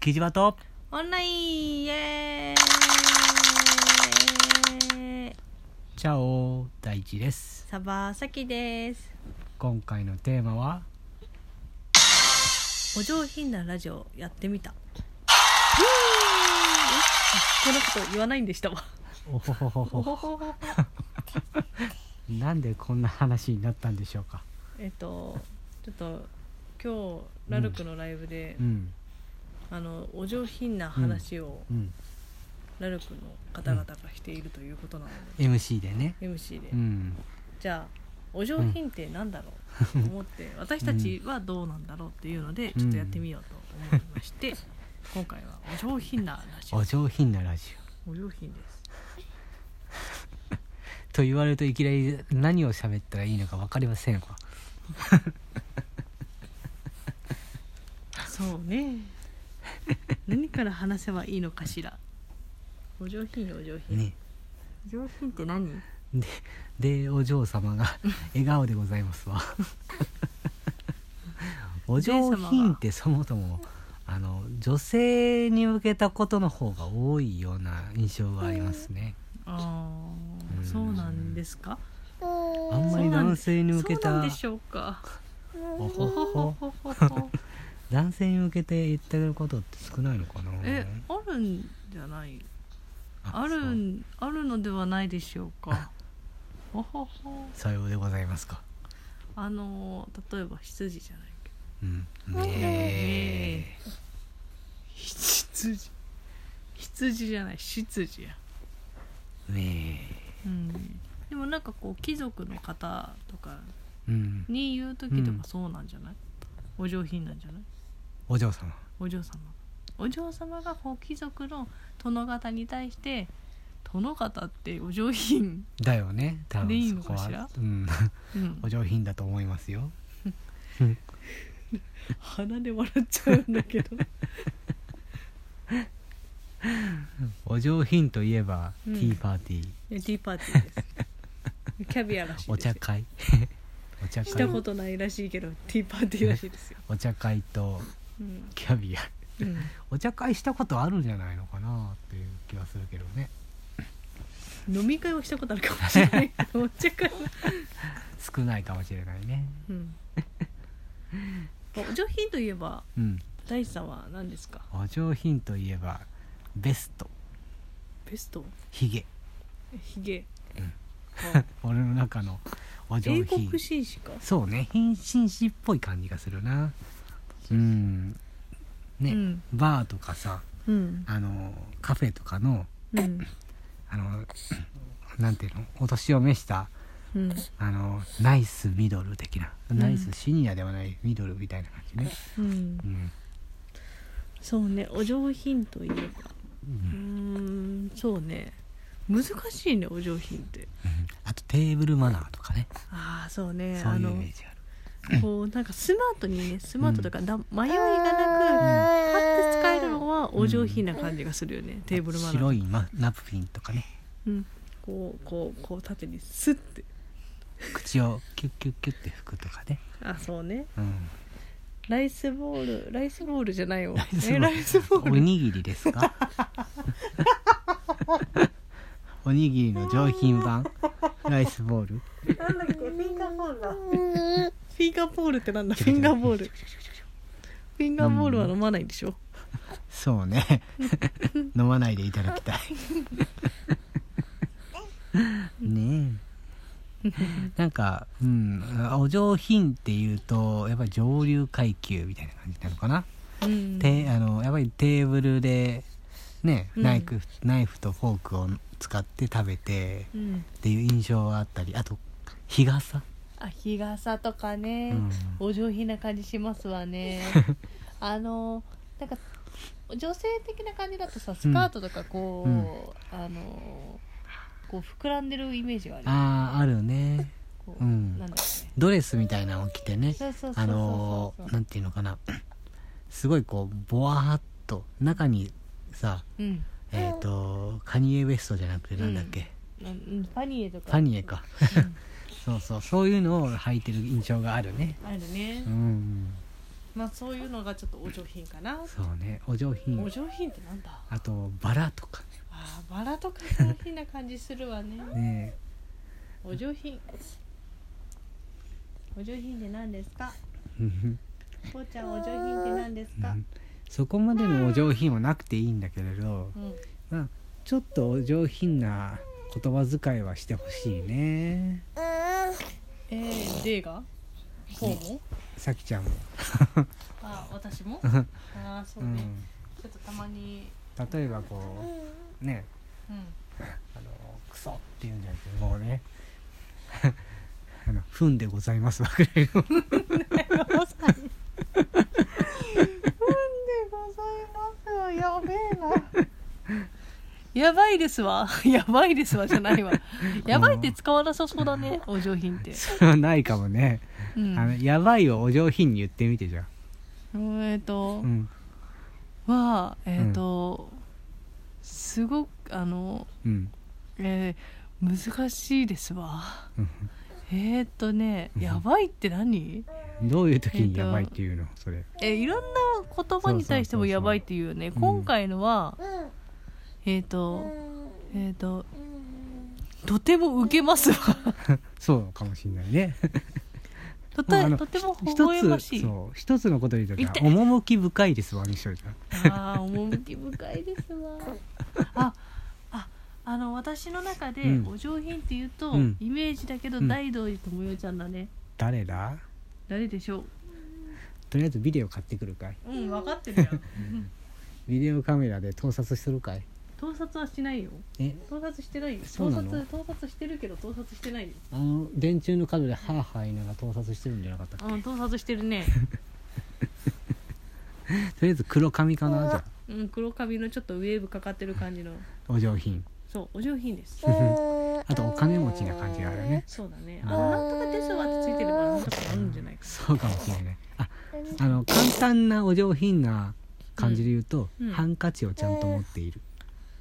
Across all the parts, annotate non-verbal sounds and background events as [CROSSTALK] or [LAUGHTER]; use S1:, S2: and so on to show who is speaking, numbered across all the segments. S1: キジバト
S2: オンラインイエーイ
S1: チャオ大地です
S2: サバサキです
S1: 今回のテーマは
S2: お上品なラジオやってみたこんなこと言わないんでし
S1: [LAUGHS]
S2: たわ
S1: おほほほほなんでこんな話になったんでしょうか
S2: えっとちょっと今日ラルクのライブで、
S1: うん
S2: あのお上品な話を
S1: うん
S2: ラルクの方々がしているということなの
S1: MC でね
S2: で、MC で、
S1: うん
S2: じゃあお上品ってなんだろうと思って、私たちはどうなんだろうっていうので、
S1: うん
S2: ちょっとやってみようと思いまして、今回はお上品な話
S1: お上品なラジ
S2: お上品です
S1: オと言われるといきなり何を喋ったらいいのか分かりませんわ
S2: そうね何から話せばいいのかしらお上品よお上品、
S1: ね
S2: お上品って何
S1: ででお嬢様 [LAUGHS] が笑顔でございますわ [LAUGHS] お上品ってそもそもあの女性に向けたことの方が多いような印象がありますね
S2: ああ
S1: うん
S2: そうなんですか
S1: あんまり男性に向け
S2: そうな
S1: た
S2: んでしょうか
S1: お
S2: ほ
S1: ほ
S2: ほほ
S1: ほ
S2: ほほほ
S1: 男性に向けて言ってることって少ないのかな
S2: [LAUGHS] えあるんじゃないある
S1: そうん
S2: あるのではないでしょうかおほほ
S1: さようでございますか
S2: あのー例えば羊じゃないけど
S1: うんねえ
S2: 羊羊じゃない羊や
S1: ね
S2: うんでもなんかこう貴族の方とか
S1: えうん
S2: に言う時と
S1: うん
S2: かそうなんじゃない、お上品なんじゃない
S1: お嬢様
S2: お嬢様お嬢様がこう貴族の殿方に対して殿方ってお上品、
S1: だよね多
S2: でいい
S1: 分
S2: の
S1: そこ
S2: かしら
S1: はうん [LAUGHS]
S2: うん
S1: お、上品だと思いますよ
S2: 鼻で笑っちゃうんだけど
S1: お上品といえば、
S2: うん
S1: ティーパーティー
S2: ティーパーティ
S1: [LAUGHS]
S2: ーですキャビアらしいですよ
S1: お茶
S2: [LAUGHS]
S1: 会お茶
S2: した
S1: 会
S2: ことないらしいけどティーパーティーらしいですよ、
S1: お茶会と
S2: うん
S1: キャビア
S2: うん、
S1: お茶会したことあるんじゃないのかなっていう気がするけどね
S2: 飲み会をしたことあるかもしれ
S1: [LAUGHS]
S2: ないけどお茶会は、
S1: 少ないかもしれないね [LAUGHS]
S2: うん、お上品といえば
S1: うん
S2: 大地さんは何ですか
S1: お上品といえばベスト
S2: ベスト
S1: ヒゲ
S2: ひげ、
S1: うん
S2: あ
S1: 俺の中のお上
S2: 英
S1: 品
S2: 国紳士か
S1: そうね変身士っぽい感じがするなうんね、
S2: うん
S1: バーとかさ
S2: うん
S1: あのカフェとかの
S2: うん
S1: あのなんていうのお年を召した
S2: うん
S1: あのナイスミドル的な、
S2: ん
S1: ナイスシニアではないミドルみたいな感じね、
S2: うん
S1: うん
S2: そうねお上品といえ
S1: う
S2: ばうー
S1: ん
S2: んそうね難しいねお上品って
S1: あとテーブルマナーとかね
S2: ああそうね
S1: そうい
S2: あ
S1: うイメ
S2: の
S1: ージある
S2: こうなんかスマートにねスマートとかだ、迷いがなく、パッて使えるのはお上品な感じがするよね、テーブルマナー
S1: 白いマナプキンとかね
S2: うん、こうこうこう縦にスッて
S1: 口をキュッキュッキュッって拭くとかね、
S2: あそうね
S1: うん、
S2: ライスボールライスボールじゃないわ
S1: イスボール
S2: えライスボ
S1: お
S2: ール
S1: にぎりですかおにぎりの上品版ライスボール
S2: なんだっけフィンガーボールだフィンガーボールってなんだフィンガーボールフィンガーボールは飲まないんでしょ、
S1: そうね飲まないでいただきたいねえなんか、うん、お上品っていうとやっぱり上流階級みたいな感じなのかな、
S2: うん
S1: てあのやっぱりテーブルで、ね
S2: うん
S1: ナイフナイフとフォークを使って食べて
S2: うん、
S1: っていう印象があったりあと日傘、
S2: あ日傘とかね、
S1: うん
S2: お上品な感じします
S1: [LAUGHS]
S2: わねあのなんか女性的な感じだとさスカートとかこ
S1: う
S2: う、
S1: ん
S2: あのこう膨らんでるイメージがある
S1: あああるね
S2: こ
S1: うん
S2: なんだろうね
S1: ドレスみたいなのを着てね
S2: そうそうそうそうそ
S1: あ
S2: う
S1: のーなんていうのかなすごいこうボワーっと中にさ
S2: うん
S1: えっ、とカニエ・ウエストじゃなくてなんだっけ、
S2: なんうんパニエとか
S1: パニエかそうそうそういうのを履いてる印象があるね
S2: あるね
S1: うん
S2: まあそういうのがちょっとお上品かな
S1: そうねお上
S2: お
S1: 品
S2: 上品ってなんだ
S1: あとバラとか
S2: あーバラとか上品な感じするわね
S1: ねね
S2: お上品お上品って何ですか
S1: うん
S2: こうちゃんお上品って何ですか
S1: そこまでのお上品はなくていいんだけれど
S2: うん
S1: まあちょっとお上品な言葉遣いはしてほしいね
S2: えー、D がこうも
S1: さきちゃんも、
S2: あ私もあーそううね、
S1: ん、
S2: ちょっとたまに
S1: 例えばこうね
S2: うん
S1: あのクソっていうんじゃなくてもうね [LAUGHS] あの「ふんでございます」わかるよ
S2: ございます。ふんでございますわ。 [LAUGHS] やべえな。やばいですわ。 [LAUGHS] やばいですわじゃないわ。やばいって使わなさそうだね。お上品って。
S1: それはないかもね、
S2: うん、
S1: あの
S2: え
S1: やばいをお上品に言ってみてじゃん
S2: ーと、
S1: うん
S2: はえっ、と、すごくあの、
S1: うん
S2: えー、難しいですわ。
S1: うん
S2: えっ、とね、やばいって何？
S1: どういう時にやばいっていうのそれ
S2: えいろんな言葉に対してもやばいっていうよね
S1: そうそうそうそううん
S2: 今回のは、えっ、とえっ、ととても受けます
S1: [LAUGHS]
S2: わ
S1: そうかもしれないね
S2: と
S1: もうあ
S2: て
S1: の
S2: とても微
S1: 一
S2: 笑まし
S1: つ
S2: い
S1: そう一つのことにとっては
S2: 痛い
S1: 趣深いですわにしといたら
S2: ああ趣深いですわ [LAUGHS] あああの私の中で
S1: うん
S2: お上品っていうと、
S1: うん
S2: イメージだけど
S1: うん
S2: 大道寺智代ちゃんだね、
S1: 誰だ
S2: 誰でしょ
S1: とりあえずビデオ買ってくるかいう
S2: うん分かってるよ
S1: ビデオカメラで盗撮するかい
S2: 盗撮はしないよ
S1: え
S2: 盗撮してないよ
S1: そ
S2: 盗
S1: うな
S2: 撮
S1: の
S2: 盗撮してるけど盗撮してないよ
S1: あの電柱の角でハーハー言いながら盗撮してるんじゃなかったっけ
S2: うん盗撮してる [LAUGHS] ね
S1: とりあえず黒髪かなじゃ
S2: うん黒髪のちょっとウェーブかかってる感じの
S1: あお上品
S2: そうお上品です
S1: [LAUGHS] あとお金持ちな感じがあるね
S2: そうだねあなんとかですわってついてればなんとかあるんじゃないか
S1: そうかもしれないああの簡単なお上品な感じで言うと、
S2: うんうん
S1: ハンカチをちゃんと持っている、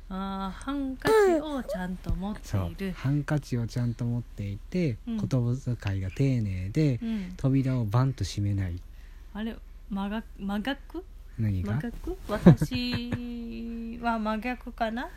S2: あーハンカチをちゃんと持って
S1: そう
S2: いる
S1: ハンカチをちゃんと持っていて、
S2: うん
S1: 言葉遣いが丁寧で、
S2: うん、
S1: 扉をバンと閉めない
S2: あれ真逆真逆
S1: 何
S2: 真
S1: が
S2: [LAUGHS] 逆私は真逆かな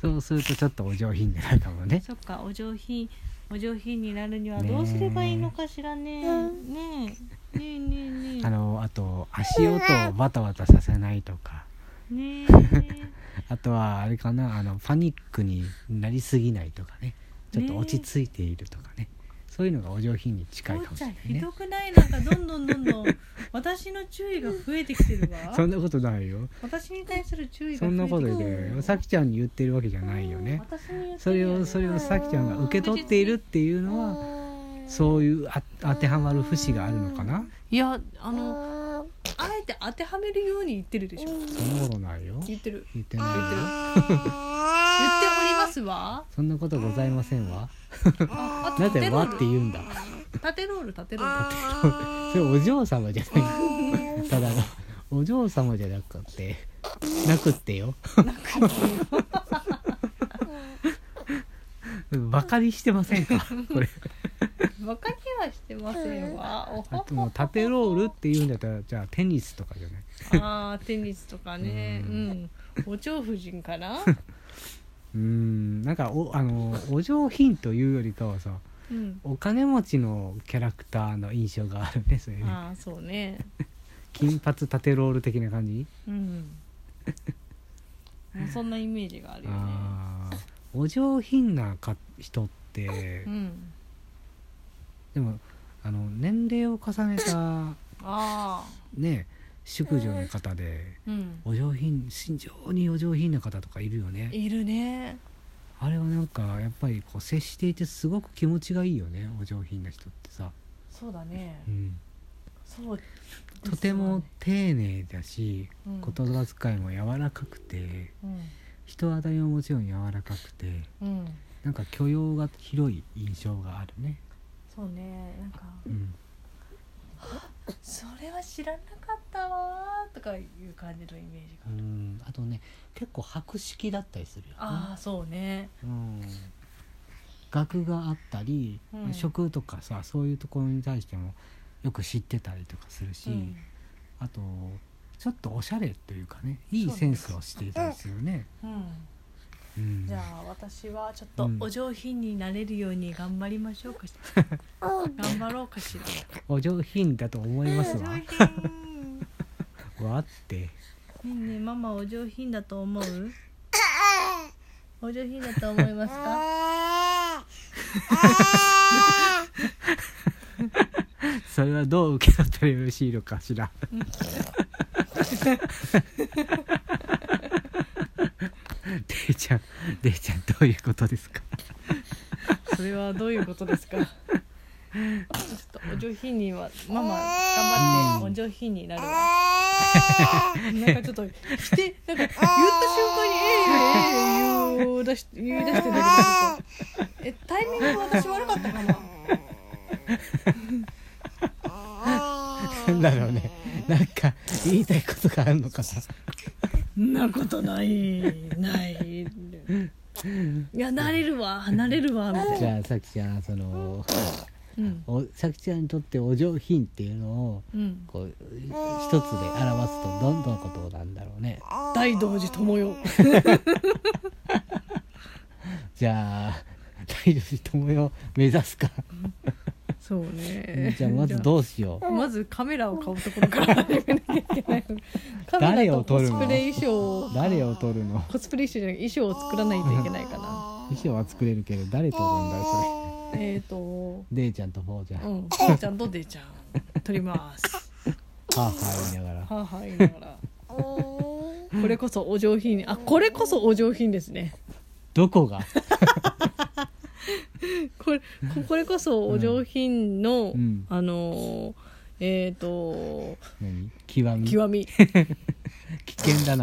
S1: そうするとちょっとお上品になるかもね
S2: そっかお上品お上品になるにはどうすればいいのかしらねねえねえねえね
S1: あのあと足音をバタバタさせないとか
S2: えねえ
S1: あとはあれかなあのパニックになりすぎないとかねちょっと落ち着いているとかねそういうのがお上品に近いか
S2: 父
S1: もし
S2: ち
S1: れ
S2: ゃ
S1: なんい
S2: ひ
S1: ね
S2: どくないなんかどんどんどんどん私の注意が増えてきてる
S1: [LAUGHS]
S2: わ
S1: そんなことないよ
S2: 私に対する注意
S1: そ
S2: が
S1: んな
S2: 増
S1: こ
S2: え
S1: と
S2: てきて
S1: でさきちゃんに言ってるわけじゃないよね
S2: 私に言って
S1: そ
S2: る
S1: れ
S2: よね
S1: をそれをさきちゃんが受け取っているっていうのはそういうあ当てはまる節があるのかない
S2: やあのあえて当てはめるように言ってるでしょ
S1: そんなことないよ
S2: 言ってる
S1: 言ってないよ
S2: 言っておりますわ
S1: そんなことございませんわ
S2: ああと
S1: な
S2: 縦
S1: ぜ「
S2: ロ
S1: わ」
S2: ー
S1: って
S2: ル
S1: 言うんだ
S2: 縦ロール縦ロール
S1: それお嬢様じゃ [LAUGHS] ないただのお嬢様じゃなくてなくってよバカにしてませんかこ [LAUGHS] れ
S2: バカにはしてませんわお
S1: あ
S2: ほ
S1: ともう縦ロールっていうんだったらじゃあテニスとかじゃない
S2: あーテニスとかねうんお蝶夫人
S1: [LAUGHS]
S2: かな
S1: うーんなんかおあのお上品というよりかはさ
S2: うん
S1: お金持ちのキャラクターの印象があるねそれね
S2: ああそうね
S1: 金髪縦ロール的な感じ
S2: うんもう [LAUGHS] そんなイメージがあるよね
S1: あーお上品なか人って
S2: うん
S1: でもあの年齢を重ねた
S2: ああ
S1: ね淑女の方で
S2: うん
S1: お上品非常にお上品な方とかいるよね
S2: いるね
S1: あれはなんかやっぱりこう接していてすごく気持ちがいいよねお上品な人ってさ、
S2: そうだね
S1: うん、
S2: そう
S1: とても丁寧だし
S2: 言
S1: 言葉遣いも柔らかくて人当たりももちろん柔らかくて
S2: うん、うん、
S1: なんか許容が広い印象があるね、
S2: そうねなんか
S1: うん、
S2: 「それは知らなかったわ」とかいう感じのイメージが、
S1: うんあとね結構博識だったりするよね
S2: ああそうね
S1: うん、学があったり、
S2: うん
S1: 食とかさそういうところに対してもよく知ってたりとかするし、
S2: うん
S1: あとちょっとおしゃれというかねいいセンスをしていたんですよね。
S2: うん
S1: うん
S2: じゃあ私はちょっと
S1: うん
S2: お上品になれるように頑張りましょうかしら、頑張ろうかしら
S1: お上品だと思います
S2: お上
S1: わ。
S2: 品
S1: [LAUGHS] わって
S2: ねえねえママお上品だと [LAUGHS] 思うお上品だと思いますか
S1: それはどう受け取ったらよろしいのかしら。 [LAUGHS] デイちゃんデイちゃんどういうことですか。 [LAUGHS]
S2: それはどういうことですかちょっとお上品にはママ頑張ってお上品になるわなんかちょっとしてなんか言った瞬間に「ええよええよ」を出し言い出してんだけどなんかえタイミング私悪かったかな
S1: なんだろうね。なんか言いたいことがあるのかな。
S2: んなことないないいや慣れる [LAUGHS] わ慣れるわみたい
S1: じ
S2: な
S1: ゃあさきちゃんその
S2: うん
S1: おさきちゃんにとってお上品っていうのを
S2: うん
S1: こう一つで表すとどんどんことなんだろうね。
S2: 大道寺智代
S1: じゃあ大吉智代を目指すか。
S2: そうね
S1: じゃあまずどうしよ [LAUGHS] う。
S2: まずカメラを買うところから始めなきゃいけないカメ
S1: 誰
S2: ラ
S1: を撮
S2: とコ
S1: る
S2: ス
S1: の
S2: プレ衣装を
S1: 誰を取るの。
S2: コスプレ衣装じゃなくて衣装を作らないといけないかな
S1: 衣装は作れるけど誰取るんだろうそ
S2: えっ、ー、と
S1: れ。デイちゃんとフォーちゃん。
S2: う
S1: は
S2: [LAUGHS] ん父ちゃんとデちゃん撮ります
S1: あはあ言いながら。
S2: はあはあ言いながらこれこそお上品にあこれこそお上品ですね
S1: どこが。
S2: これここれこそお上品の、
S1: うん
S2: あのーえっ、ー、と
S1: 何極み。
S2: 極み
S1: 危険だな。